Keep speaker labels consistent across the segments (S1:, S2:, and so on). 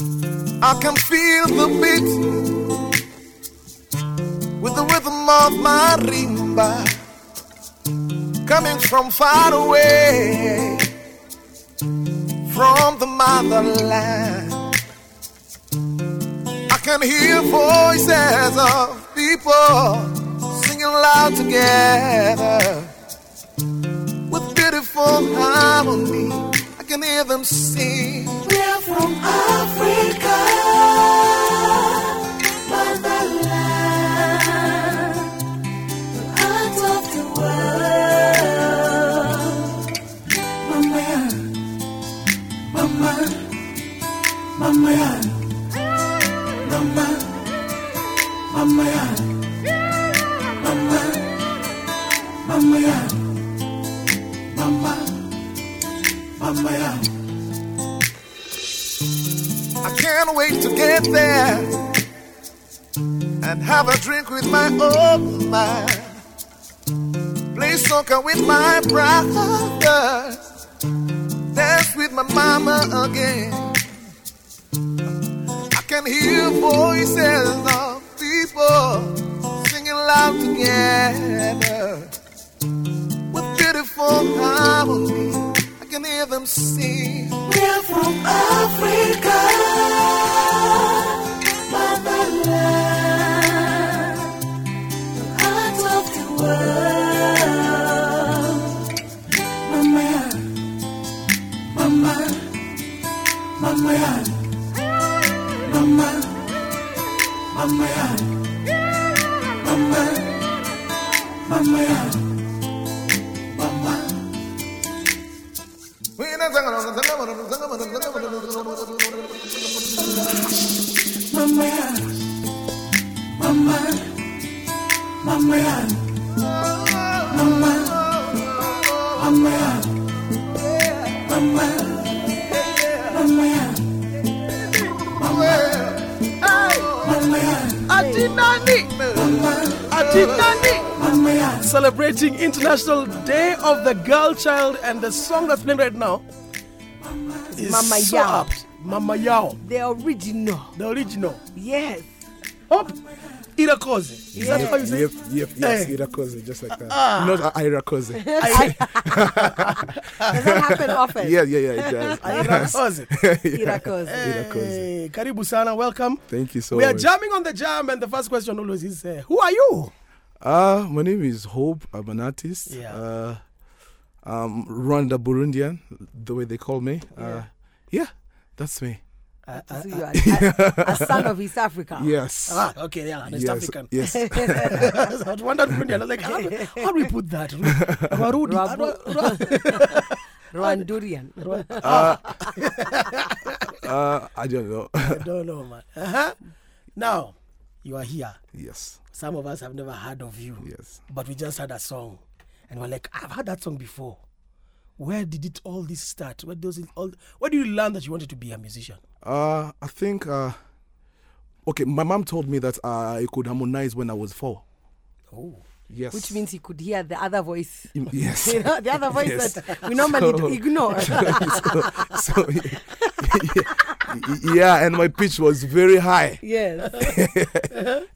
S1: I can feel the beat with the rhythm of my rimba coming from far away from the motherland. I can hear voices of people singing loud together with beautiful harmony. I can hear them sing.
S2: We're from Africa, motherland, heart of the world. Mama, mama, mama, mama, mama, mama, mama, mama, mama, mama.
S1: I can't wait to get there and have a drink with my old man. Play soccer with my brother. Dance with my mama again. I can hear voices of people singing loud together with beautiful harmony. I can hear them sing.
S2: We're from Africa, motherland, heart of the world. Mama, mama, mama, mama, mama, mama, mama, mama. Mama, mama, mama, mama, mama, mama, mama, mama, mama.
S3: Celebrating International Day of the Girl Child, and the song that's playing right now is
S4: Mama
S3: so
S4: Yao.
S3: apt. Mama Yao,
S4: The original.
S3: the original.
S4: Yes.
S3: Up, Irakoze. Is that how you say
S5: Yep,
S3: it?
S5: yep, yes,
S3: Hey.
S5: Irakoze, just like that.
S2: Ah.
S5: Not Irakoze.
S4: Does that happen often?
S5: Yeah, yeah, yeah, it does.
S3: Irakoze.
S4: Irakoze.
S5: Irakoze.
S3: Hey, Karibu sana, welcome.
S5: Thank you so
S3: We are
S5: much.
S3: jamming on the jam, and the first question always is, uh, "Who are you?"
S5: Uh, my name is Hope. I'm an artist.
S3: Yeah.
S5: Uh, um, Rwanda Burundian, the way they call me. Uh, yeah, that's me.
S4: So you are a, a son of East Africa.
S5: Yes.
S3: Ah, okay, yeah, that's
S5: yes.
S3: African.
S5: Yes.
S3: I wondered Burundi. I was like, how, do- how do we put that? Ru- Warudi.
S4: Rabu-
S3: Ru- Ru-
S4: Rwandurian.
S5: uh, I don't know.
S3: I don't know, man. Uh-huh. Now, you are here.
S5: yes.
S3: Some of us have never heard of you.
S5: Yes.
S3: But we just heard a song. And we're like, I've heard that song before. Where did it all this start? Where does it all where do you learn that you wanted to be a musician?
S5: Uh, I think. Uh, okay, my mom told me that uh, I could harmonize when I was four.
S3: Oh.
S5: Yes.
S4: Which means he could hear the other voice.
S5: Mm, Yes.
S4: You know, the other voice
S5: Yes.
S4: that we
S5: So-
S4: normally do ignore.
S5: so, so yeah, and my pitch was very high.
S4: yes.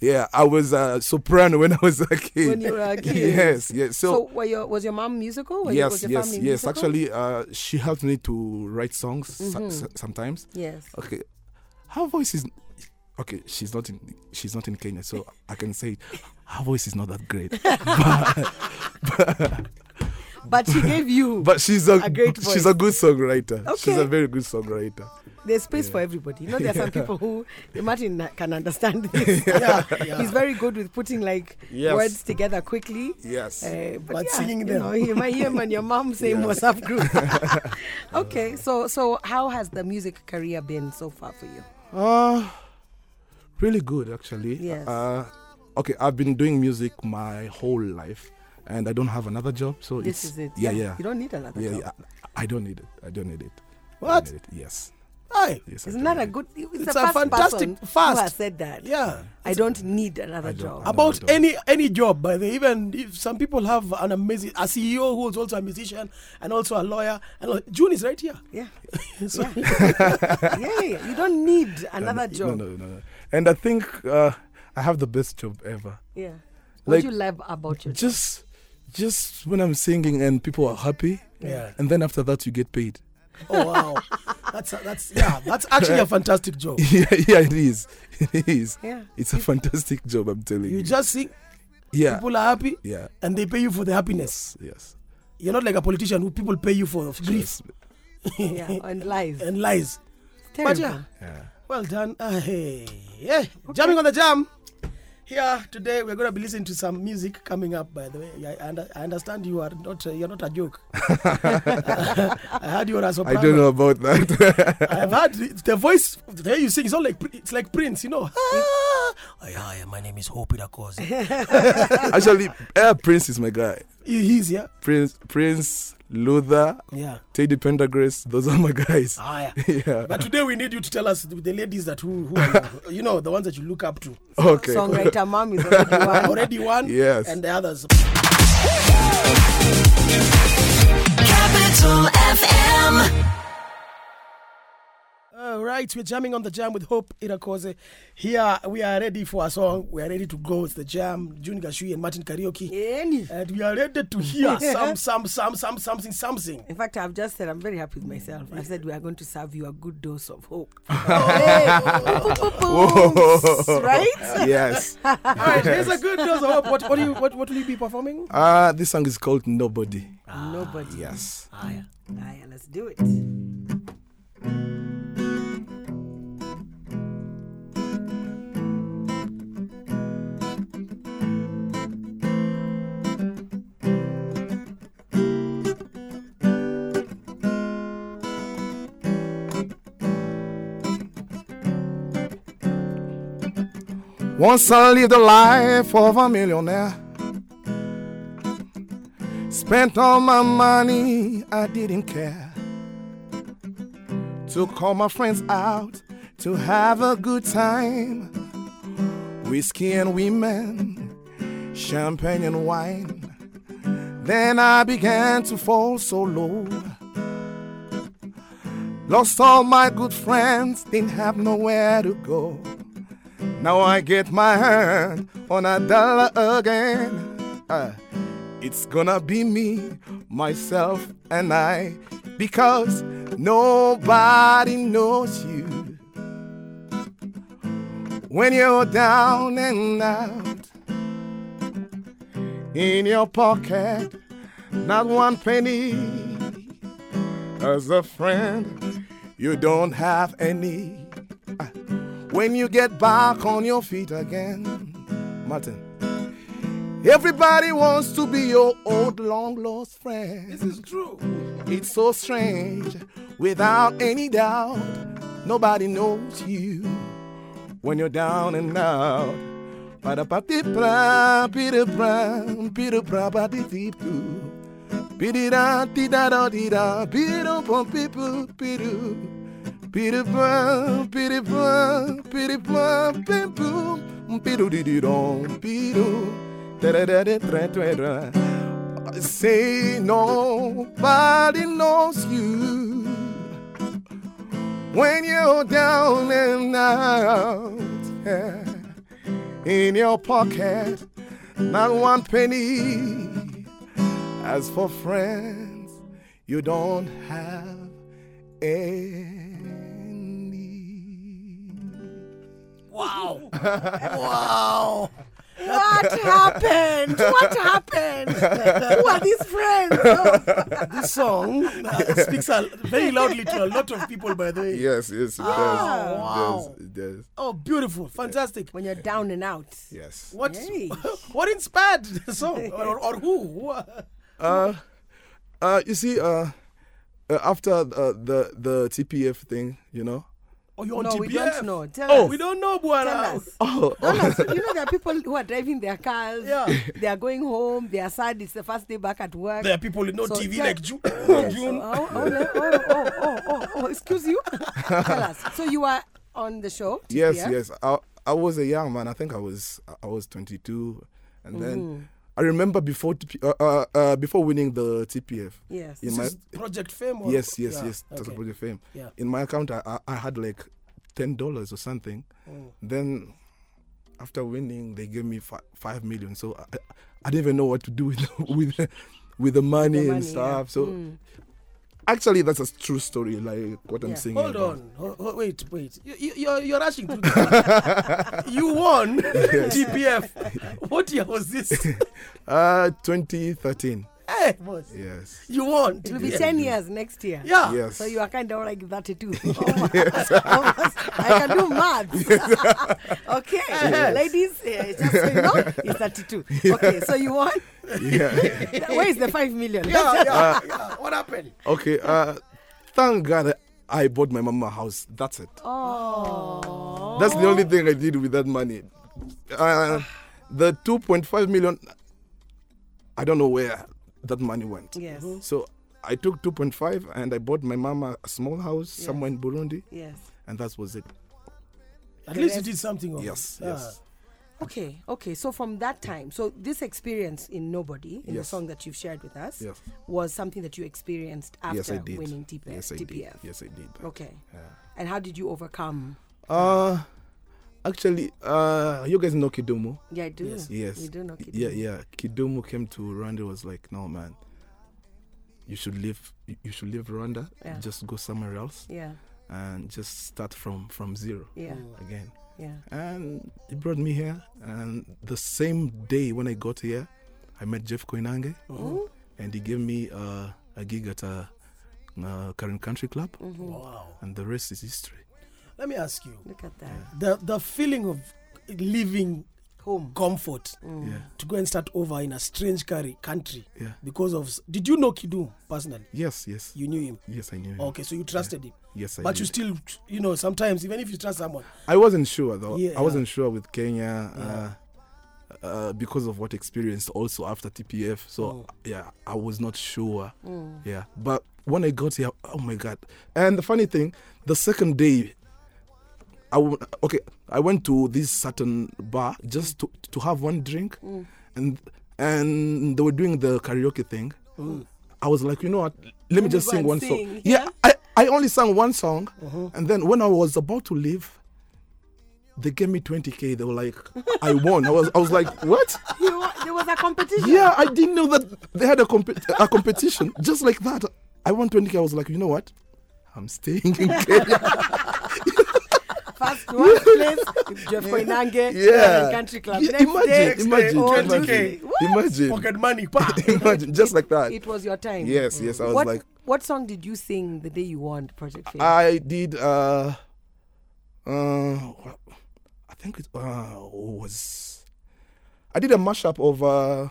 S5: Yeah, I was a soprano when I was a kid.
S4: When you were a kid.
S5: Yes, yes.
S4: So,
S5: So,
S4: were your, was your mom musical? Were you-
S5: yes,
S4: was your
S5: yes,
S4: family
S5: yes.
S4: musical?
S5: Actually, uh, she helped me to write songs so-
S4: Mm-hmm.
S5: so- sometimes.
S4: Yes.
S5: Okay, her voice is okay. She's not in. She's not in Kenya, so I can say it. her voice is not that great.
S4: But she gave you.
S5: But she's a,
S4: A great
S5: she's a good songwriter. She's
S4: Okay.
S5: a very good songwriter.
S4: There's space for everybody. You know, there are some people who Martin can understand this. He's very good with putting like
S5: Yes.
S4: words together quickly.
S5: Yes.
S4: Uh, but
S3: But
S4: yeah,
S3: singing
S4: you
S3: them.
S4: know, you might hear him and your mom same WhatsApp group. okay, so so how has the music career been so far for you?
S5: Uh, really good, actually.
S4: Yes.
S5: Uh, okay, I've been doing music my whole life, and I don't have another job, so
S4: This
S5: it's
S4: is it.
S5: Yeah, yeah.
S4: You don't need another
S5: yeah,
S4: job.
S5: yeah. I I don't need it. I don't need it. I don't
S3: What?
S5: need it. Yes.
S3: Hi.
S5: Yes, I
S4: It's
S5: do.
S4: not a good. It's,
S3: It's
S4: a,
S3: a
S4: first
S3: fantastic
S4: person
S3: first.
S4: Who has said that?
S3: Yeah.
S4: I don't need another
S5: don't-
S4: job.
S5: I
S3: About
S5: No, I don't.
S3: any any job, by the way, even if some people have an amazing a CEO who is also a musician and also a lawyer, and all- June is right here.
S4: Yeah.
S3: So-
S4: yeah, yeah, yeah. You don't need another
S5: And- uh,
S4: job.
S5: No, no, no, no. And I think uh, I have the best job ever.
S4: Yeah. What
S5: Like-
S4: do you love about your job?
S5: Just, just when I'm singing and people are happy.
S3: Yeah.
S5: And then after that, you get paid.
S3: Oh wow, that's a, that's yeah, that's actually a fantastic job.
S5: yeah, yeah, it is. It is.
S4: Yeah.
S5: It's a fantastic job. I'm telling you.
S3: You just sing,
S5: yeah.
S3: people are happy,
S5: yeah.
S3: and they pay you for the happiness.
S5: Yes.
S3: You're not like a politician who people pay you for grief
S5: Yes.
S4: Yeah, and lies.
S3: and lies.
S4: Terrible.
S3: yeah.
S5: Yeah.
S3: Well done. Ah, hey. Yeah. Jamming on the jam. Here today we're gonna be listening to some music coming up. By the way, I, I, under, I understand you are not uh, you're not a joke. I heard you were
S5: I
S3: a soprano.
S5: don't know about that.
S3: I've heard the the voice the way you sing. It's not like Pri- it's like Prince, you know. Hi, hi, my name is Hope Idakozi.
S5: Actually, Air Prince is my guy.
S3: He- He's yeah,
S5: Prince, Prince, Luther,
S3: yeah.
S5: Teddy Pendergrass. Those are my guys.
S3: Ah, yeah.
S5: Yeah.
S3: But today we need you to tell us the- the ladies that who, who are you, you know the ones that you look up to.
S5: Okay.
S4: Songwriter mom is already one.
S3: Already one,
S5: Yes.
S3: and the others.
S6: Capital FM.
S3: All right, we're jamming on the jam with Hope Irakoze. Here we are ready for a song. We are ready to go with the jam. June Gashui and Martin Karaoke.
S4: Any.
S3: And we are ready to hear some, some, some, some, something, something.
S4: In fact, I've just said I'm very happy with myself. I said we are going to serve you a good dose of hope.
S5: Whoa.
S4: right?
S5: yes.
S3: All right, here's a good dose of hope. What, what, do you, what, what will you be performing?
S5: Uh, this song is called Nobody.
S4: Nobody.
S5: Yes.
S4: Aya, aya, let's do it.
S5: Once I lived the life of a millionaire. Spent all my money, I didn't care. Took all my friends out to have a good time. Whiskey and women, champagne and wine. Then I began to fall so low. Lost all my good friends, didn't have nowhere to go. Now I get my hand on a dollar again. Uh, it's gonna be me, myself, and I, because nobody knows you. When you're down and out, in your pocket, not one penny. As a friend, you don't have any when you get back on your feet again. Martin. Everybody wants to be your old long lost friend.
S3: This is true.
S5: It's so strange, without any doubt, nobody knows you when you're down and out. Ba-da-ba-di-bra, bi-da-bra, bi-da-bra, ba-di-dee-doo. Bi-di-da, di-da-da, di-da, bi-do-bum, bi-boo, bi-doo. Bi-da-bra, bi-da-bra, bi-da-bra, bi-boo, bi-do-dee-dee-dong, bi-doo. Da-da-da-da-da-da-da. Say nobody knows you when you're down and out. yeah. In your pocket, not one penny. As for friends, you don't have any.
S3: Wow. wow.
S4: What happened? What happened? Who are these friends? Oh,
S3: This song uh, speaks a, very loudly to a lot of people, by the way.
S5: Yes, yes, it does.
S3: Wow.
S5: It does. It does.
S3: Oh, beautiful. Fantastic.
S4: when you're down and out.
S5: Yes.
S3: What,
S4: Hey.
S3: what inspired the song? Or, or who? Who-
S5: Uh, uh, you see, uh, uh, after uh, the the TPF thing, you know,
S3: Or you're on
S4: No,
S3: TPF?
S4: we don't know. Tell
S3: oh,
S4: us.
S3: we don't know, Bwana.
S4: Tell us.
S6: Oh,
S4: Don't us- you know, there are people who are driving their cars.
S3: Yeah.
S4: They are going home. They are sad. It's the first day back at work.
S3: There are people with no
S4: So
S3: TV
S4: tell-
S3: like Ju-
S4: Yes.
S3: June.
S4: Oh, oh, le- oh, oh, oh, oh, oh, excuse you. Tell us. So you are on the show.
S5: Yes,
S4: TPF?
S5: yes. I, I was a young man. I think I was I was 22, and then I remember before TP, uh, uh, uh, before winning the TPF.
S4: Yes.
S5: In
S3: This
S5: my,
S3: is Project Fame. Or,
S5: yes, yes,
S3: Yeah,
S5: yes. That's
S3: okay.
S5: about the fame.
S3: Yeah.
S5: In my account, I, I, I had like ten dollars or something. Then after winning, they gave me fi- five million. So I, I- I didn't even know what to do with with the- with the money,
S4: money,
S5: and
S4: yeah.
S5: stuff. So actually, that's a true story, like what I'm
S4: Yeah.
S5: saying.
S3: Hold on. Ho- ho- wait, wait. You, you, you're, you're rushing through this. you won TPF. What year was this?
S5: Uh, 2013.
S3: hey,
S5: Yes.
S3: you won.
S4: It will be
S3: TPF.
S4: 10 years next year.
S3: Yeah.
S5: Yes.
S4: So you are kind of like 32. Almost. Almost. I can do maths. okay. Ladies, eh, just so you know, it's 32. Okay, so you won.
S5: yeah.
S4: Where is the 5 million?
S3: Yeah, yeah, yeah. What happened?
S5: Okay, uh, thank God I bought my mama a house. That's it.
S4: Oh.
S5: That's the only thing I did with that money. Uh, the 2.5 million, I don't know where that money went.
S4: Yes.
S5: So I took 2.5 and I bought my mama a small house somewhere in Burundi,
S4: Yes.
S5: and that was it.
S3: At least you did something. Of it.
S5: Yes,
S3: Yeah.
S5: yes.
S4: Okay, okay. So from that time, so this experience in Nobody, in the
S5: Yes.
S4: song that you've shared with us,
S5: Yes.
S4: was something that you experienced after
S5: yes, I did.
S4: winning TPF.
S5: Yes, I did.
S4: TPF.
S5: Yes, I did.
S4: Okay. And how did you overcome?
S5: Uh, actually, uh, you guys know Kidumu?
S4: Yeah, I do.
S5: Yes.
S4: We do know kids.
S5: Yeah, yeah. Kidumu came to Rwanda was like, no man, you should leave. you- You should leave Rwanda.
S4: Yeah.
S5: Just go somewhere else
S4: Yeah,
S5: and just start from from zero
S4: yeah,
S3: Mm-hmm.
S5: again.
S4: yeah.
S5: And he brought me here. And the same day when I got here, I met Jeff Koinange,
S4: Mm-hmm.
S5: and he gave me uh, a gig at a, uh current country club.
S4: Mm.
S3: Mm-hmm. Wow.
S5: And the rest is history.
S3: Let me ask you.
S4: Look at that.
S3: The the feeling of leaving
S4: Home.
S3: comfort
S4: Mm.
S5: Yeah.
S3: to go and start over in a strange cari- country
S5: Yeah.
S3: because of. s- Did you know Kidum personally?
S5: Yes. Yes.
S3: You knew him.
S5: yes, I knew. him.
S3: Okay, so you trusted him.
S5: Yes, I
S3: Oh, But you
S5: did.
S3: still, you know, sometimes even if you trust someone,
S5: I wasn't sure though.
S3: Yeah.
S5: I wasn't sure with Kenya uh, uh, because of what experience also after TPF. So
S3: Mm.
S5: yeah, I was not sure. Yeah, but when I got here, oh my god! And the funny thing, the second day, I w- okay, I went to this certain bar just to to have one drink, and and they were doing the karaoke thing. I was like, you know what? Let me just
S4: go
S5: sing
S4: and
S5: one
S4: sing,
S5: song. Yeah, I, I only sang one song, and then when I was about to leave, they gave me 20k. They were like, I won. I was, I was like, what?
S4: You wa- there was a competition.
S5: Yeah, I didn't know that they had a, comp- a competition just like that. I won 20k. I was like, you know what? I'm staying in Kenya.
S4: First one place, Jeff Koinange,
S5: yeah.
S4: Country Club.
S5: Yeah,
S4: Next day,
S5: imagine, imagine,
S4: oh,
S5: imagine,
S4: What?
S5: imagine,
S3: pocket money, pa.
S5: imagine, just like that.
S4: It was your time.
S5: Yes, yes. I was
S4: What,
S5: like, Ah.
S4: what song did you sing the day you won Project Fame?
S5: I did. uh uh I think it uh, was. I did a mashup of uh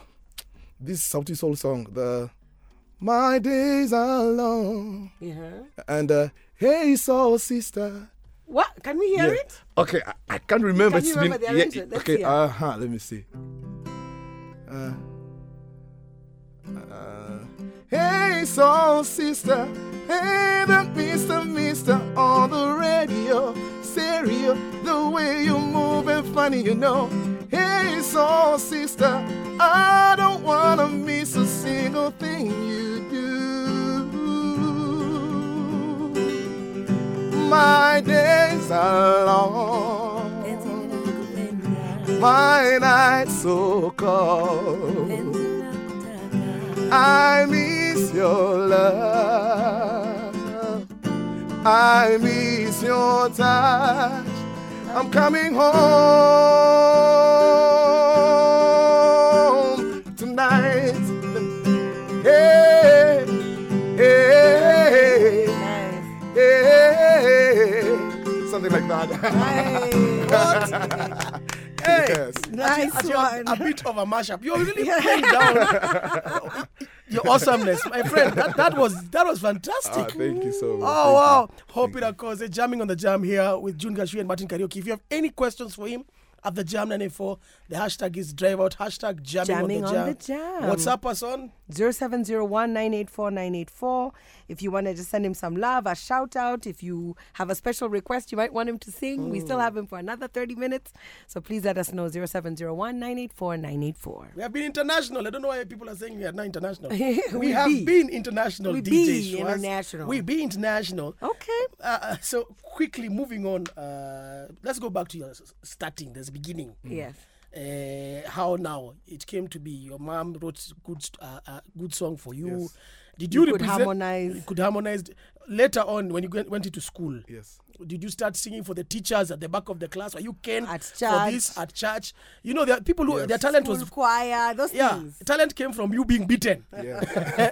S5: this Saudi soul song, the "My Days Are Long"
S4: yeah.
S5: and uh, "Hey Soul Sister."
S4: What? Can we hear
S5: Yeah.
S4: it?
S5: Okay, I, I can't remember.
S4: Can you
S5: It's
S4: remember the
S5: been,
S4: arrangement? Let's
S5: okay,
S4: hear.
S5: uh huh. Let me see. Uh, uh, hey, soul sister, hey, the mister, mister on the radio, stereo, the way you move and funny, you know. Hey, soul sister, I don't wanna miss a single thing you do. My days are long, my nights so cold. I miss your love, I miss your touch. I'm coming home tonight. Hey, hey,
S4: Nice.
S5: hey, something like that.
S4: Hey,
S5: yes.
S4: nice
S3: Actually, a
S4: one.
S3: bit of a mashup. You're really playing down. your awesomeness, my friend. That, that was that was
S5: Ah,
S3: fantastic.
S5: thank you so much.
S3: Oh
S5: Thank you.
S3: wow! Hope it occurs. A jamming on the jam here with June Gashui and Martin Karaoke. If you have any questions for him at the jam 94, the hashtag is drive out hashtag jamming,
S4: Jamming
S3: on,
S4: on
S3: the, jam.
S4: the jam.
S3: What's up, us on?
S4: 0701984984. If you want to just send him some love, a shout out. If you have a special request, you might want him to sing. We still have him for another 30 minutes. So please let us know 0701984984.
S3: We have been international. I don't know why people are saying we are not international.
S4: We
S3: have
S4: be.
S3: been international.
S4: We
S3: DJ
S4: be
S3: Schwarz.
S4: international.
S3: We be international.
S4: Okay.
S3: Uh, uh, so quickly moving on. Uh, let's go back to your s- starting, this beginning.
S5: Hmm.
S4: Yes.
S3: uh, how now it came to be. Your mom wrote good st- uh, uh, good song for you. Did you,
S4: You could
S3: represent-
S4: harmonize.
S3: You could harmonize. Later on, when you went, went into school,
S5: Yes.
S3: did you start singing for the teachers at the back of the class? Or you came
S4: At
S3: for this at church? You know, there are people who their talent
S4: School
S3: was.
S4: choir, those
S3: Yeah,
S4: things.
S3: talent came from you being beaten,
S5: Yeah.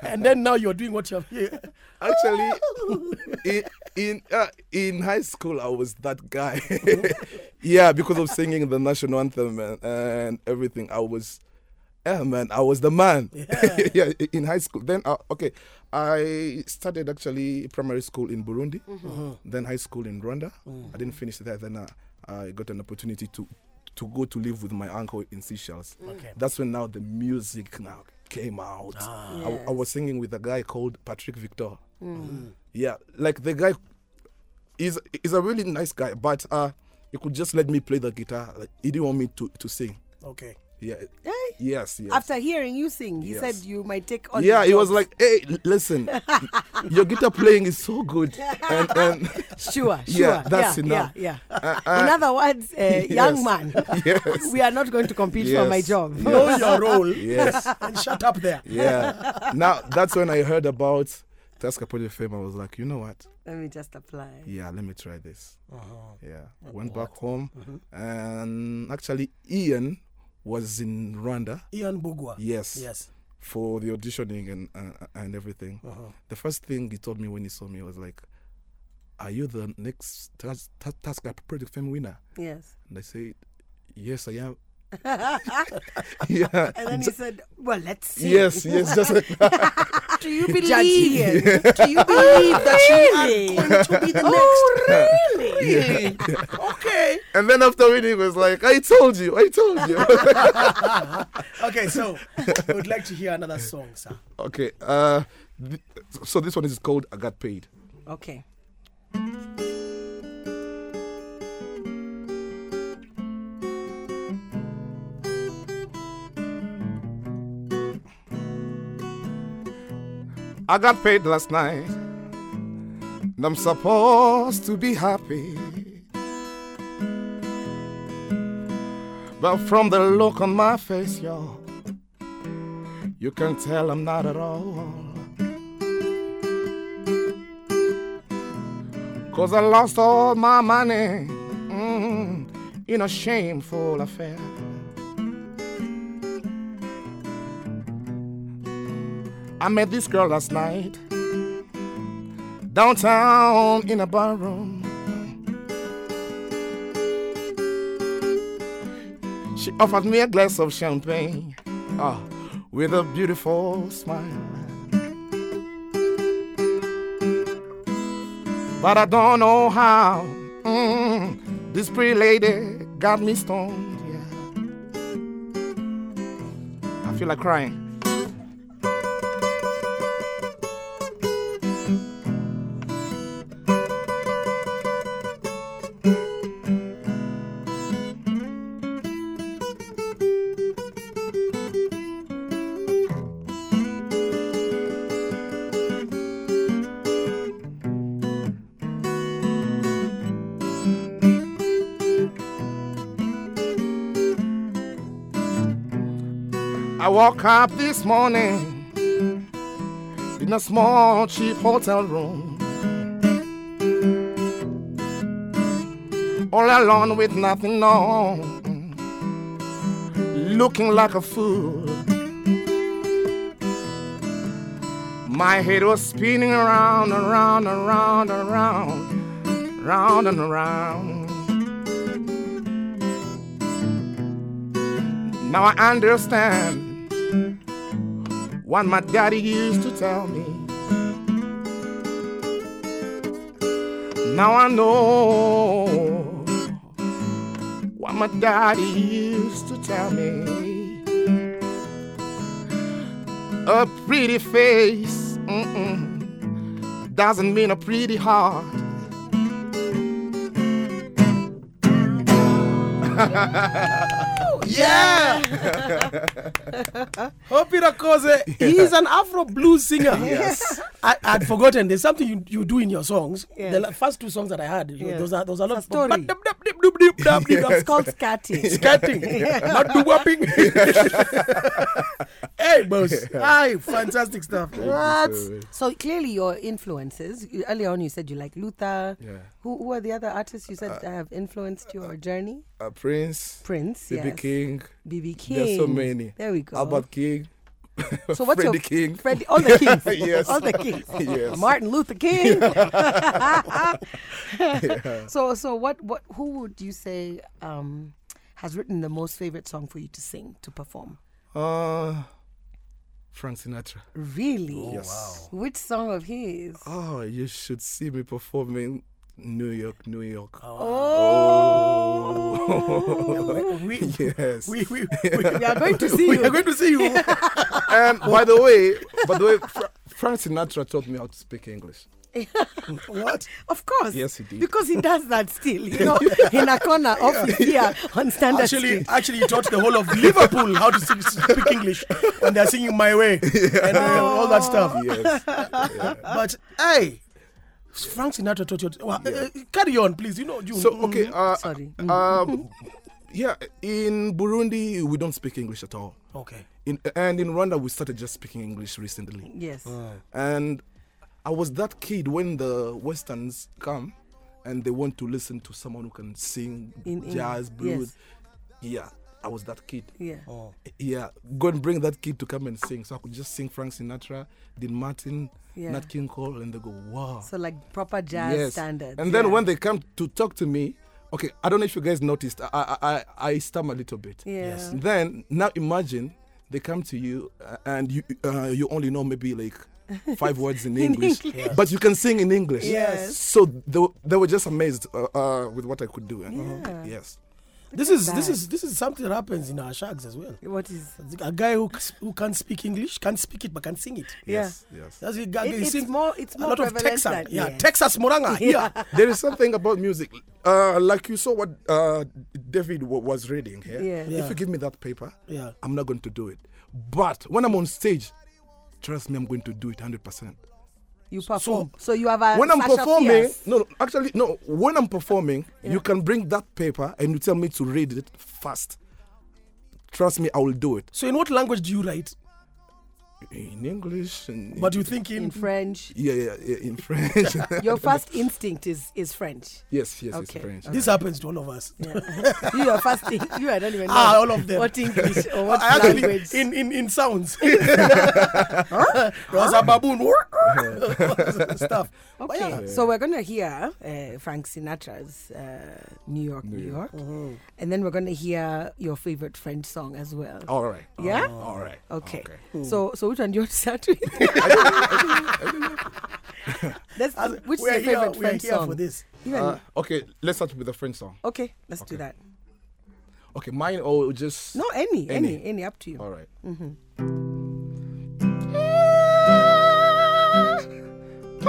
S3: and then now you're doing what you're. Yeah.
S5: Actually, in in, uh, in high school, I was that guy. yeah, because of singing the national anthem and, and everything, I was, yeah, man, I was the man. Yeah, i- in high school. Then, uh, okay, I started actually primary school in Burundi, then high school in Rwanda. I didn't finish there. Then uh, I got an opportunity to to go to live with my uncle in Seychelles.
S3: Okay.
S5: That's when now the music now came out. I, I was singing with a guy called Patrick Victor. Yeah, like the guy is is a really nice guy, but uh, he could just let me play the guitar. Like, he didn't want me to to sing.
S3: Okay.
S5: Yeah.
S4: Eh?
S5: Yes. Yes.
S4: After hearing you sing, he said
S5: Yes.
S4: you might take on.
S5: yeah,
S4: the
S5: he was
S4: jobs.
S5: like, "Hey, l- listen, your guitar playing is so good," and, and Uh,
S4: Sure, sure.
S5: Yeah, that's
S4: yeah,
S5: enough.
S4: Yeah, yeah. In other words, uh, young
S5: yes,
S4: man,
S5: yes.
S4: we are not going to compete for my
S5: Yes,
S4: job.
S3: Know your role
S5: yes,
S3: and shut up there.
S5: yeah. Now that's when I heard about Tasca Project Fame. I was like, you know what?
S4: Let me just apply.
S5: yeah, let me try this. Yeah, went back home, and actually Ian was in Rwanda
S3: Ian Bugwa.
S5: Yes.
S3: Yes.
S5: for the auditioning and uh, and everything. The first thing he told me when he saw me was like, "Are you the next Tas- Tas- Tasca Project Fame winner?"
S4: Yes.
S5: And I said, "Yes, I am." yeah.
S4: And then he said, "Well, let's see.
S5: Yes, yes, just like that.
S4: Do you
S3: Judge
S4: believe? Do you believe that you are going to be the oh, next? Really?
S3: Okay.
S5: and then after winning, he was like, "I told you, I told you."
S3: Okay, so we would like to hear another song, sir.
S5: okay, uh, th- so this one is called "I Got Paid."
S4: Okay.
S5: I got paid last night. And I'm supposed to be happy. But from the look on my face, y'all, you can tell I'm not at all. Cause I lost all my money mm, in a shameful affair. I met this girl last night downtown in a barroom. She offered me a glass of champagne ah, with a beautiful smile. But I don't know how mm, this pretty lady got me stoned. Yeah. I feel like crying. I woke up this morning in a small, cheap hotel room. All alone with nothing on, looking like a fool. My head was spinning around, around, around, around, round and around. Now I understand what my daddy used to tell me. Now I know what my daddy used to tell me. A pretty face mm-mm, doesn't mean a pretty heart.
S3: Yeah! Hope Irakoze he is an Afro blues singer.
S5: Yes.
S3: I had forgotten. There's something you, you do in your songs.
S4: Yes.
S3: The la- first two songs that I had, you-
S4: Yes.
S3: those are those are not
S4: It's a story. It's
S3: Scatting,
S4: called scatting.
S3: not do whopping. hey, boss! Hi, fantastic stuff.
S4: What? So clearly your influences. you- Earlier on, you said you like Luther.
S5: Yeah. Uh,
S4: Who, who are the other artists you said have influenced your journey?
S5: A prince,
S4: Prince,
S5: B.B.
S4: yes.
S5: King.
S4: BB King.
S5: There's so many.
S4: There we go.
S5: Albert King.
S4: so what's
S5: Freddie
S4: your
S5: King.
S4: Freddie, all the kings.
S5: Yes.
S4: All the kings.
S5: Yes.
S4: Martin Luther King. So so what what who would you say um, has written the most favorite song for you to sing to perform?
S5: Uh, Frank Sinatra.
S4: Mm. Really?
S5: Oh, Yes.
S4: Which song of his?
S5: Oh, you should see me performing New York, New York. Oh.
S3: We,
S5: Yes.
S3: we, we, we,
S4: Oh. We are going to see
S3: we are
S4: you.
S3: going to see you.
S5: and Um, by the way, by the way, Fra- Frank Sinatra taught me how to speak English.
S3: what?
S4: Of course.
S5: Yes, he did.
S4: Because he does that still, you know, in a corner office here on Standard
S3: Actually,
S4: Street.
S3: actually, he taught the whole of Liverpool how to sing, speak English, and they're singing "My Way" and uh, all
S5: Oh.
S3: that stuff.
S5: Yes.
S3: But hey, Frank Sinatra taught you. Well, uh, uh, carry on, please. You know, you.
S5: So okay. Uh,
S4: Mm-hmm. Sorry.
S5: uh, yeah, in Burundi we don't speak English at all.
S4: Oh.
S3: okay.
S5: In, and in Rwanda we started just speaking English recently.
S4: Yes.
S5: Oh, And I was that kid when the Westerns come and they want to listen to someone who can sing
S4: In English,
S5: jazz, blues. Yeah, I was that kid.
S4: Yeah.
S5: oh. Yeah, go and bring that kid to come and sing. So I could just sing Frank Sinatra, Dean Martin,
S4: Yeah.
S5: Nat King Cole, and they go, wow.
S4: So like proper jazz standards.
S5: And then
S4: yeah.
S5: when they come to talk to me, okay, I don't know if you guys noticed, I I I, I stam a little bit.
S4: Yeah. Yes.
S5: Then now imagine they come to you uh, and you uh, you only know maybe like five words in English, but you can sing in English.
S4: Yes.
S5: So they, were- they were just amazed uh, uh, with what I could do. And,
S4: Yeah.
S5: Yes.
S3: This is this
S4: that.
S3: is this is something that happens in our shags as well.
S4: what is
S3: A guy who c- who can't speak English can't speak it but can sing it.
S4: Yeah.
S5: Yes. Yes.
S3: That's a guy.
S4: It-
S3: he
S4: it's
S3: sings
S4: more- it's more
S3: a lot of
S4: prevalent
S3: Texan.
S4: than-
S3: Yeah,
S4: yeah.
S3: Texas Moranga. Yeah.
S5: there is something about music, uh, like you saw what uh, David w- was reading here.
S4: Yeah.
S5: If
S3: Yeah.
S5: you give me that paper,
S3: Yeah.
S5: I'm not going to do it. But when I'm on stage, trust me, I'm going to do it 100%.
S4: you perform? So, you have a
S5: when I'm
S4: Uh, Sasha
S5: performing,
S4: Fierce.
S5: no, no, actually, no, when I'm performing, you can bring that paper and you tell me to read it fast. Trust me, I will do it
S3: So in what language do you write?
S5: in English and
S3: But you think in,
S4: in French.
S5: yeah, yeah, yeah, in French.
S4: Your first instinct is is French.
S5: yes, yes, it's
S4: Okay.
S5: French.
S3: this happens to all of us.
S4: Yeah. you are fasting. You I don't even know
S3: Ah, all of them.
S4: what English or what
S3: I actually
S4: language.
S3: in in in sounds. Rosa baboon stuff. But
S4: okay,
S3: yeah.
S4: so we're gonna hear uh, Frank Sinatra's uh, "New York, New, York," and then we're gonna hear your favorite French song as well.
S5: All right.
S4: Yeah?
S5: All right.
S4: Okay. So, so which one do you want to start with? Let's,
S3: we're
S4: which is your
S3: here-
S4: favorite
S3: we're
S4: French
S3: here for
S4: song?
S3: this.
S4: You and-
S5: Uh, okay, let's start with the French song.
S4: okay, let's do that.
S5: Okay, mine or just
S4: No, any, any, any,
S5: Any.
S4: up to you.
S5: All right.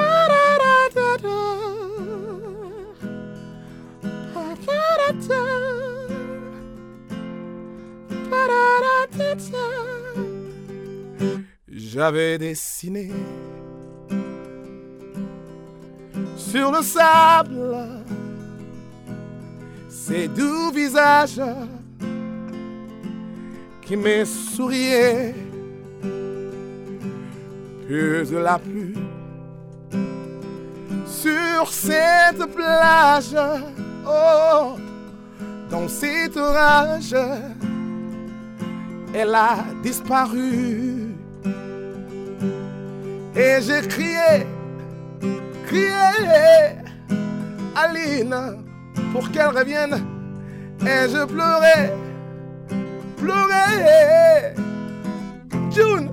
S5: J'avais dessiné sur le sable ces doux visages qui me souriait que de la pluie sur cette plage oh dans cet orage elle a disparu et j'ai crié crié Aline pour qu'elle revienne et je pleurais pleurer June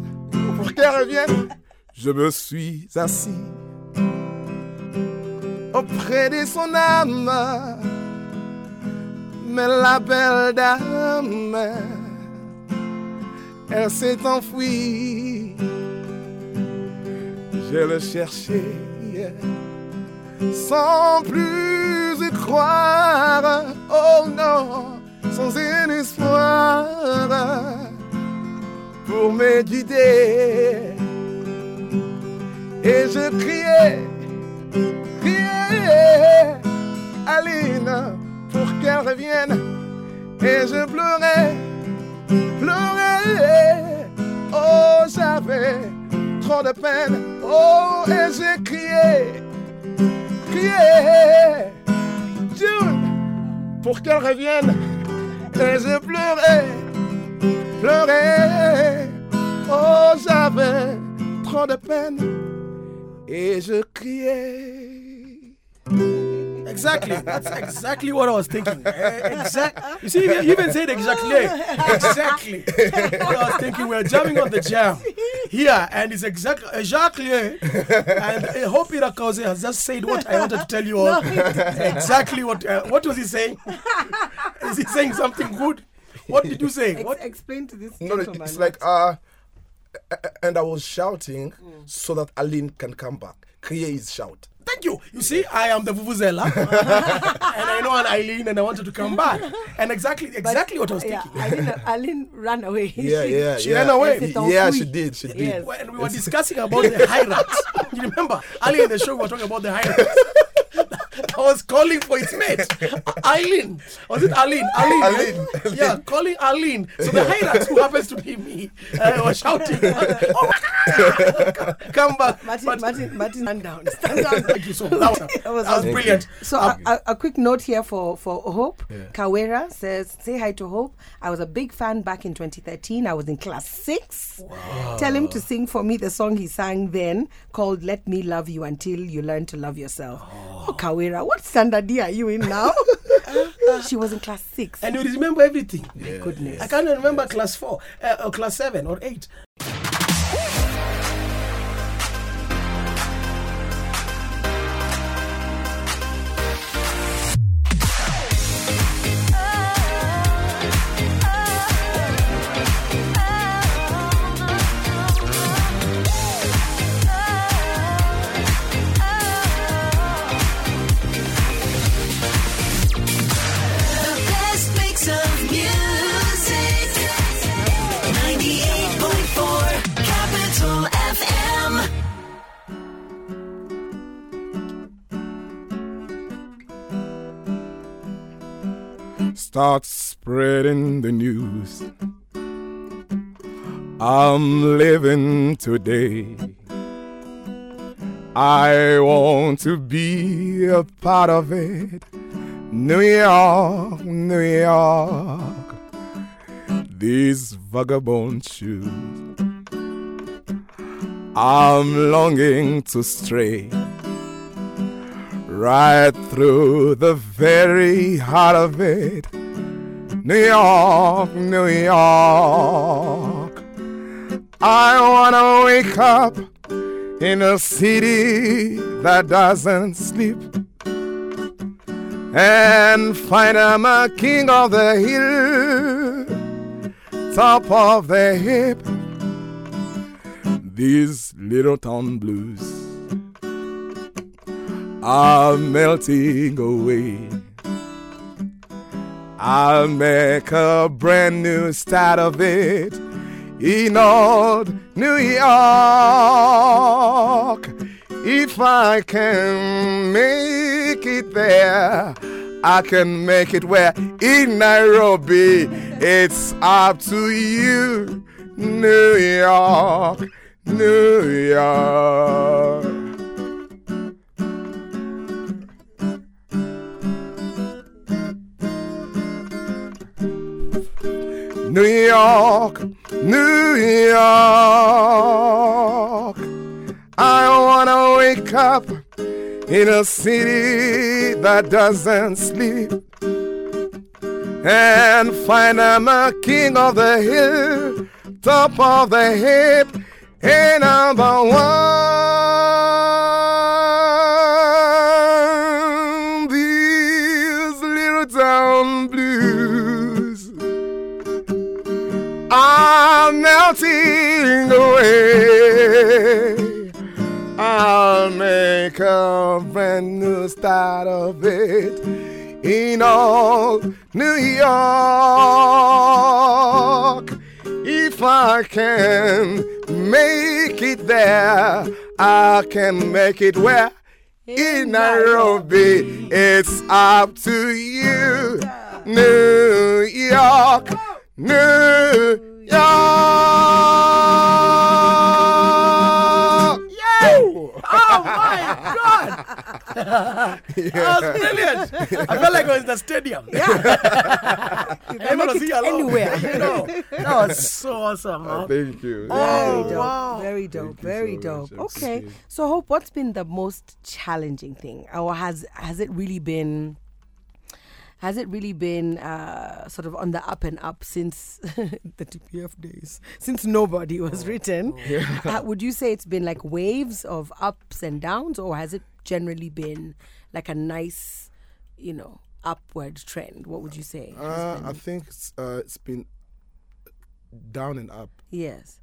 S5: pour Pierre revienne, je me suis assis auprès de son âme. Mais la belle dame, elle s'est enfuie. Je le cherchais sans plus y croire. Oh non, sans un espoir pour me guider. Et je criais, criais, Aline, pour qu'elle revienne. Et je pleurais, pleurais. Oh, j'avais trop de peine. Oh, et je criais, criais, June, pour qu'elle revienne. Et je pleurais, pleurais. Oh, j'avais trop de peine. Et je criais.
S3: Exactly. That's exactly what I was thinking. Exactly. You see, you even said exactly. Exactly. what I was thinking. We're jamming on the jam here, and it's exactly exactly. And I hope Irakose has just said what I wanted to tell you all. exactly what uh, what was he saying? Is he saying something good? What did you say?
S4: Ex-
S3: What?
S4: Explain to this
S5: No,
S4: gentleman.
S5: it's like uh, a- a- and I was shouting so that Aline can come back. Kriye is shout.
S3: Thank you. You see, I am the Vuvuzela, and I know an Eileen, and I wanted to come back. And exactly, exactly what I was
S4: yeah,
S3: thinking.
S4: Aline, Aline ran away.
S5: Yeah,
S4: She-
S5: yeah,
S3: she
S5: yeah.
S3: ran away.
S5: Y-
S4: Yes, it
S5: Yeah,
S4: was
S5: she
S4: we.
S5: did. She did.
S4: Yes.
S3: When we were discussing about the high rats, you remember earlier in the show we were talking about the high rats. I was calling for its mate, Eileen. Was it Aline? Aline.
S5: Aline,
S3: right? Yeah, calling Aline. So the high rats, who happens to be me, uh, were shouting, "Oh my God! Come back!"
S4: Martin,
S3: But-
S4: Martin, Martin, stand down. Stand down.
S3: Thank you so much. That was, that was brilliant.
S4: So a, a, a quick note here for for Hope Kawera says, "Say hi to Hope. I was a big fan back in 2013. I was in class six. Tell him to sing for me the song he sang then called "Let Me Love You Until You Learn to Love Yourself." Oh, Kawera, what standard year are you in now? she was in class six.
S3: And you remember everything.
S4: Goodness.
S3: I can't remember class four, uh, or class seven, or eight.
S6: The best mix of music. 98.4 Capital FM.
S5: Start spreading the news. I'm living today. I want to be a part of it. New York, New York. These vagabond shoes. I'm longing to stray right through the very heart of it. New York, New York. I wanna wake up in a city that doesn't sleep and find I'm a king of the hill, top of the hip. These little town blues are melting away. I'll make a brand new start of it in old New York. If I can make it there, I can make it where in Nairobi. It's up to you, New York, New York. New York, New York. I wanna wake up in a city that doesn't sleep and find I'm a king of the hill, top of the hip. Hey, number one, these little town blues are melting away. I'll make a brand new start of it in old New York. If I can make it there, I can make it where? In Nairobi, it's up to you. New York, New York.
S3: Oh my God! That was brilliant. I felt like I was in the stadium.
S4: You can
S3: Everyone
S4: make
S3: was
S4: it
S3: here alone.
S4: anywhere.
S3: You know, that was so awesome. huh?
S5: Thank you.
S4: Very
S3: Oh
S4: dope.
S3: wow!
S4: Very dope.
S5: you
S4: Very
S5: so
S4: dope.
S5: much. I'm
S4: Okay.
S5: serious.
S4: So Hope, what's been the most challenging thing? Or has has it really been has it really been uh, sort of on the up and up since the TPF days, since nobody
S5: Oh,
S4: was written? Uh, would you say it's been like waves of ups and downs, or has it generally been like a nice, you know, upward trend? What would you say?
S5: Uh, I think it's, uh, it's been down and up
S4: yes,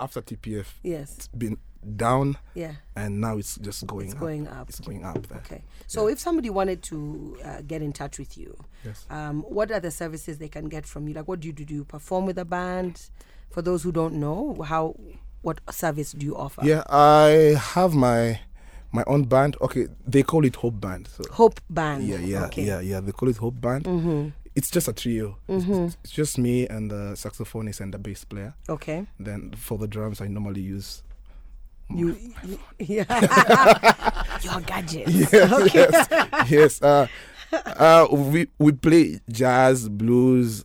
S5: after TPF.
S4: yes,
S5: Been down
S4: yeah.
S5: and now it's just going. up.
S4: going up.
S5: It's going up. There.
S4: Okay. So if somebody wanted to uh, get in touch with you,
S5: Yes.
S4: um, what are the services they can get from you? Like, what do you do? Do you perform with a band? For those who don't know, how what service do you offer?
S5: Yeah, I have my my own band. Okay, they call it Hope Band. So
S4: Hope Band.
S5: yeah, yeah,
S4: okay. Mm-hmm.
S5: yeah, yeah. They call it Hope Band. It's just a trio. It's, it's just me and the saxophonist and the bass player.
S4: Okay.
S5: Then for the drums, I normally use Mm.
S4: You. you yeah. Your gadgets.
S5: yes, yes. Uh, uh, we we play jazz, blues,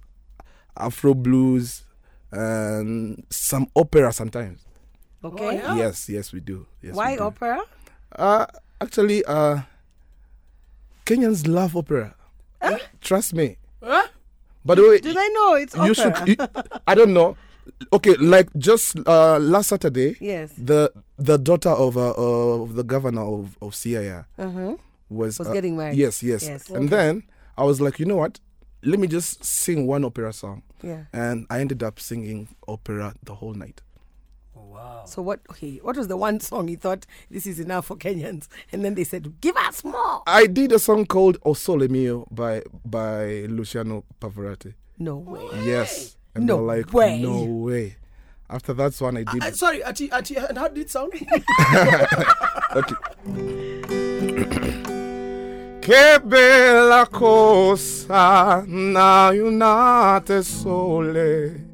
S5: Afro blues, and some opera sometimes.
S4: Okay.
S3: yeah.
S5: Yes, yes, we do. Yes, we
S4: Oh. Why
S5: do.
S4: opera?
S5: Uh, actually, uh, Kenyans love opera. Trust me.
S3: Huh?
S5: By the way,
S4: Do they know it's opera?
S5: you should. you- I don't know. Okay, like just uh, last Saturday,
S4: Yes.
S5: the the daughter of uh, of the governor of of CIA was
S4: Uh-huh. Was
S5: uh,
S4: getting married.
S5: Yes, yes.
S4: Yes.
S5: And then I was like, you know what? Let me just sing one opera song,
S4: Yeah.
S5: and I ended up singing opera the whole night.
S4: So what? Okay. What was the one song you thought this is enough for Kenyans, and then they said, "Give us more."
S5: I did a song called "O Sole Mio" by by Luciano Pavarotti.
S4: No way.
S5: Yes. And
S4: No
S5: they're like,
S4: way.
S5: no way. After that one, I did.
S3: Uh, sorry, Ati, Ati, and how did it sound?
S5: Okay. Che bella cosa, na unate sole,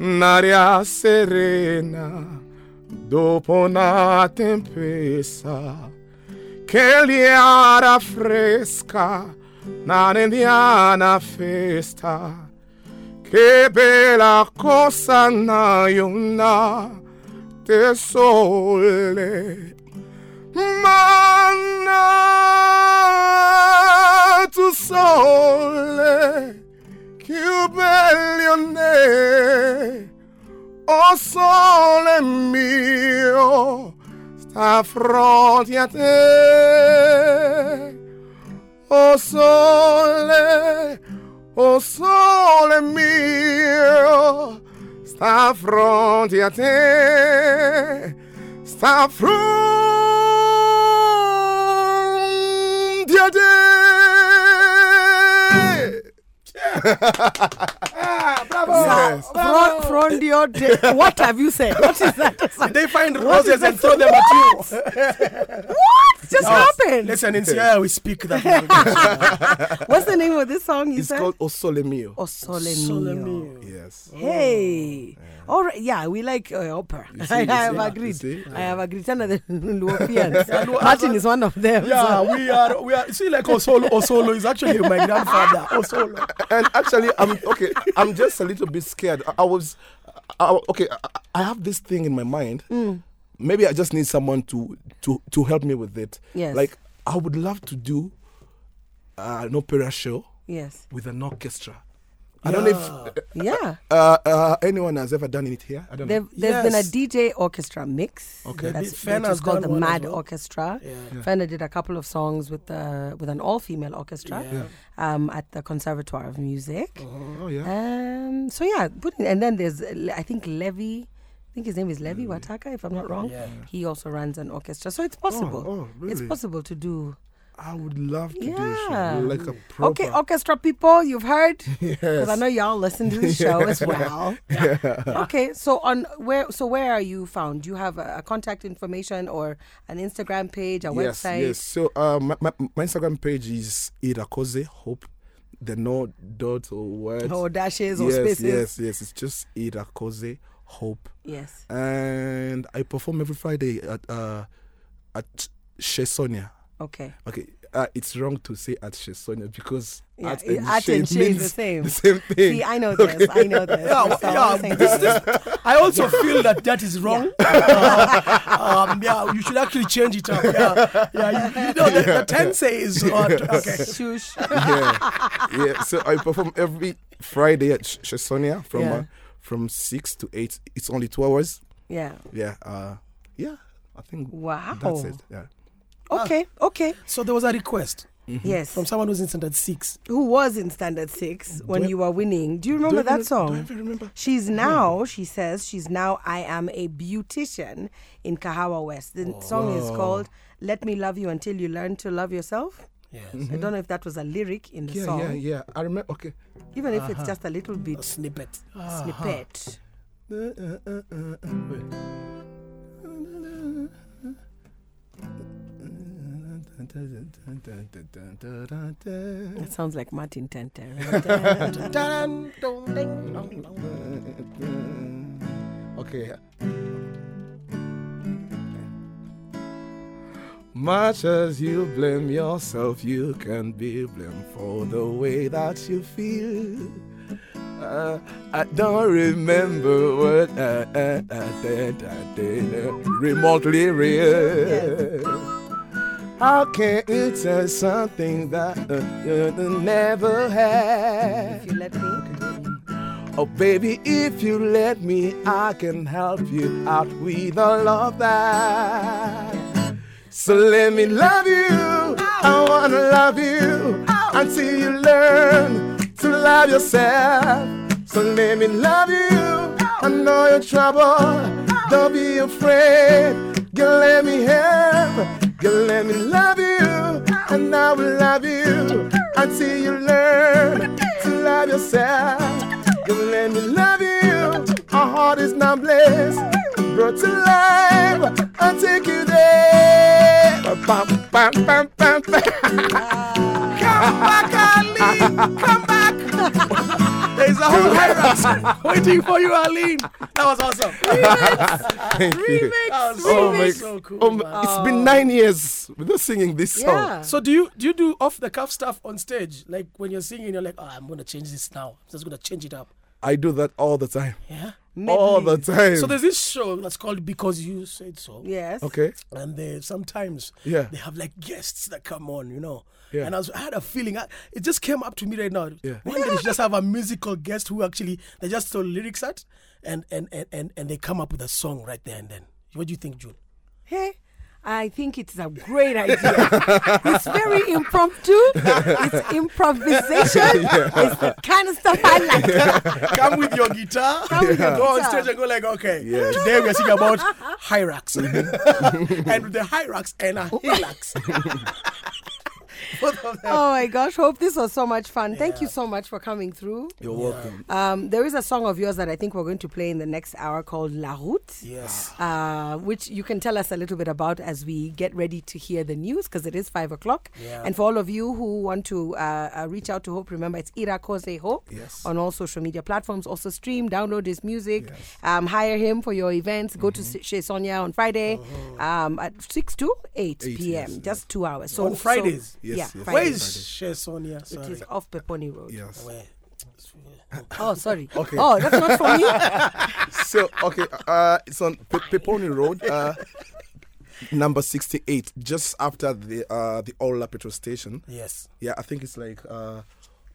S5: un'aria serena, dopo una tempesta, che liara fresca, na nendiana festa, che bella cosa, na unate sole. Manna tu sole, più bello ne, o sole mio, sta a fronte a te. O sole, o sole mio, sta a fronte a te, sta a fronte a te. Yes.
S4: Fron, front your day. What have you said? What is that?
S3: they find roses and throw them at you.
S4: What just happened?
S3: Listen, in Sierra we speak that language.
S4: What's the name of this song? You
S5: It's
S4: said
S5: called O Sole Mio.
S4: O Sole
S3: Sole
S4: Mio.
S3: mio.
S5: Yes.
S4: Hey,
S5: Oh.
S4: all right, yeah, we like uh, opera. I,
S5: you see,
S3: Ah,
S4: have
S5: you
S4: agreed.
S5: see.
S4: I have agreed. Tana the Luopians.
S3: Luo-
S4: Martin is one of them.
S3: Yeah, we are, we are. See, like Osolo, Osolo is actually my grandfather. Osolo.
S5: and actually, I'm okay. I'm just a little bit scared. I, I was, I, I- okay. I, I have this thing in my mind.
S4: Hmm.
S5: Maybe I just need someone to to to help me with it.
S4: Yes.
S5: Like I would love to do uh, an opera show
S4: Yes.
S5: with an orchestra. I don't know if
S4: Yeah.
S5: uh, uh, anyone has ever done it here. I don't
S4: There,
S5: know.
S4: has been a
S3: Yes.
S4: DJ orchestra mix.
S5: Okay.
S4: that's
S3: Fena
S4: which
S3: has
S4: is called
S3: done
S4: the
S3: one as
S4: Mad
S3: well.
S4: Orchestra. Fena did a couple of songs with the with an all female orchestra um, at the Conservatoire of Music.
S3: Uh-huh.
S5: Oh yeah.
S4: Um, so yeah, putting, and then there's uh, Le- I think Levy, I think his name is Levy
S3: Mm.
S4: Wataka, if I'm not wrong. He also runs an orchestra, so it's possible.
S5: oh,
S4: It's
S5: really?
S4: possible to do.
S5: I would love to do
S4: Yeah.
S5: something like a proper.
S4: Okay, orchestra people, you've heard. Because I
S5: Yes.
S4: know y'all listen to the show as well. Okay, so on where so where are you found? Do you have a, a contact information or an Instagram page, a
S5: Yes,
S4: website?
S5: yes. So uh, my, my, my Instagram page is Irakoze Hope. The no dot or words.
S4: Or dashes or
S5: yes,
S4: spaces.
S5: yes, yes. It's just Irakoze Hope.
S4: Yes.
S5: And I perform every Friday at uh, at Shesonia.
S4: Okay.
S5: Okay, uh, it's wrong to say at Shesonia because
S4: Yeah,
S5: at
S4: i- at and she is the same.
S5: The same thing.
S4: See, I know this. I know this.
S3: Yeah,
S4: We're
S3: well,
S4: so-
S3: yeah,
S4: same
S3: this-
S4: thing.
S3: this- I also feel that that is wrong. Uh, um, yeah, you should actually change it up. Yeah, yeah you, you know, the, the tense is odd. Okay.
S4: Shush.
S5: yeah, yeah. So I perform every Friday at Sh- Shesonia from
S4: Yeah.
S5: uh, from six to eight. It's only two hours.
S4: Yeah.
S5: Yeah, uh, yeah. I think
S4: Wow.
S5: that's it. Yeah.
S4: Okay. Okay.
S3: So there was a request
S4: Yes.
S3: from someone who's in standard six.
S4: who was in standard six when you were winning. Do you remember that song? She's now, she says, she's now I am a beautician in Kahawa West. The song is called Let Me Love You Until You Learn to Love Yourself.
S3: Yes.
S4: I don't know if that was a lyric in the
S5: Yeah,
S4: song,
S5: yeah, yeah. I remember. Okay.
S4: even if it's just a little bit
S3: Snippet.
S4: snippet. That sounds like Martin Tenter.
S5: Okay. Much as you blame yourself, you can be blamed for the way that you feel. Uh, I don't remember what I, I, I did, I did uh, remotely real. How can you tell something that uh, you never had?
S4: if you let me.
S5: Oh, baby, if you let me, I can help you out with all of that. So let me love you. I wanna love you until you learn to love yourself. So let me love you. I know your trouble. Don't be afraid. Girl, let me have. Girl, let me love you. And I will love you until you learn to love yourself. Girl, let me love you. Our heart is not blessed. Brought to life. I'll take you there. Bam, bam, bam, bam, bam.
S3: There is a whole hierarchy waiting for you, Aline. That was awesome.
S5: Thank you.
S3: That was
S5: Oh my,
S3: so cool.
S5: oh
S3: man.
S5: my- it's been nine years without singing this song.
S4: Yeah.
S3: So do you do you do off the cuff stuff on stage? Like when you're singing, you're like, oh, I'm gonna change this now. I'm just gonna change it up.
S5: I do that all the time.
S3: Yeah.
S5: All the time.
S3: So there's this show that's called Because You Said So.
S4: Yes.
S5: okay.
S3: And they sometimes
S5: Yeah.
S3: they have like guests that come on, you know.
S5: Yeah.
S3: And I, was, I had a feeling I, it just came up to me right now.
S5: Yeah.
S3: One day they should just have a musical guest who actually they just throw lyrics at and and, and, and and they come up with a song right there and then. What do you think, June?
S4: Hey, I think it's a great idea. it's very impromptu. It's improvisation. It's the kind of stuff I like.
S3: come with your guitar.
S4: Come with your
S3: Go on
S4: guitar.
S3: stage and go like, okay, today we are singing about hyrax and the hyrax and a helax. Both of them.
S4: Oh my gosh! Hope this was so much fun. Thank you so much for coming through.
S5: You're welcome.
S4: Um, there is a song of yours that I think we're going to play in the next hour called La Route.
S3: Yes.
S4: uh, which you can tell us a little bit about as we get ready to hear the news because it is five o'clock.
S3: Yeah.
S4: And for all of you who want to uh, uh, reach out to Hope, remember it's Ira Kose Hope
S5: Yes.
S4: on all social media platforms. Also, stream, download his music, um, hire him for your events. Go to Chez Sonia on Friday um, at 6 to 8,
S5: Eight,
S4: p.m.
S5: yes,
S4: just two hours. So
S3: On Fridays?
S4: So,
S5: Yes,
S4: yeah,
S5: yes. Where
S3: Where
S4: Fridays.
S3: is She Sonia?
S4: it
S3: Sorry.
S4: is off Peponi Road.
S5: yes.
S3: Where?
S4: Oh, sorry. okay. Oh, that's not for me.
S5: so okay, uh, it's on Pe- Peponi Road, uh, number sixty-eight, just after the uh, the Ola petrol station.
S3: Yes.
S5: Yeah, I think it's like uh,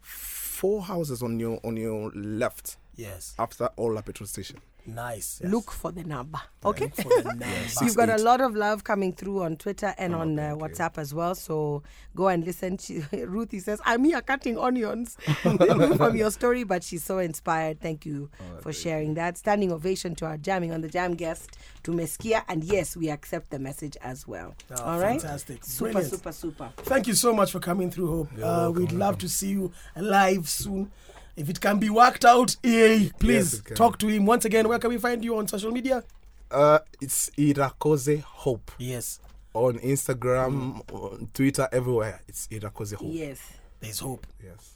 S5: four houses on your on your left
S3: Yes.
S5: after Ola petrol station.
S3: Nice.
S4: Look for the number. Okay.
S3: Yes.
S4: You've got a lot of love coming through on Twitter
S3: Oh,
S4: and on uh, WhatsApp as well. So go and listen. She, Ruthie says, I'm here cutting onions from your story, but she's so inspired. Thank you
S3: Oh,
S4: for sharing that. Standing ovation to our jamming on the jam guest, to Meskia. And yes, we accept the message as well.
S3: Oh,
S4: All right.
S3: fantastic.
S4: Super,
S3: Brilliant.
S4: super, super.
S3: Thank you so much for coming through, Hope. Uh, we'd love to see you live soon. If it can be worked out, EA,
S5: Yes,
S3: please
S5: it can.
S3: talk to him. Once again, where can we find you on social media?
S5: Uh, it's Irakoze Hope
S3: Yes,
S5: on Instagram, on Twitter, everywhere. It's Irakoze Hope.
S4: Yes.
S3: there's hope.
S5: Yes.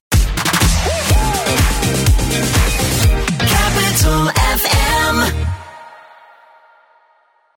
S6: Capital FM.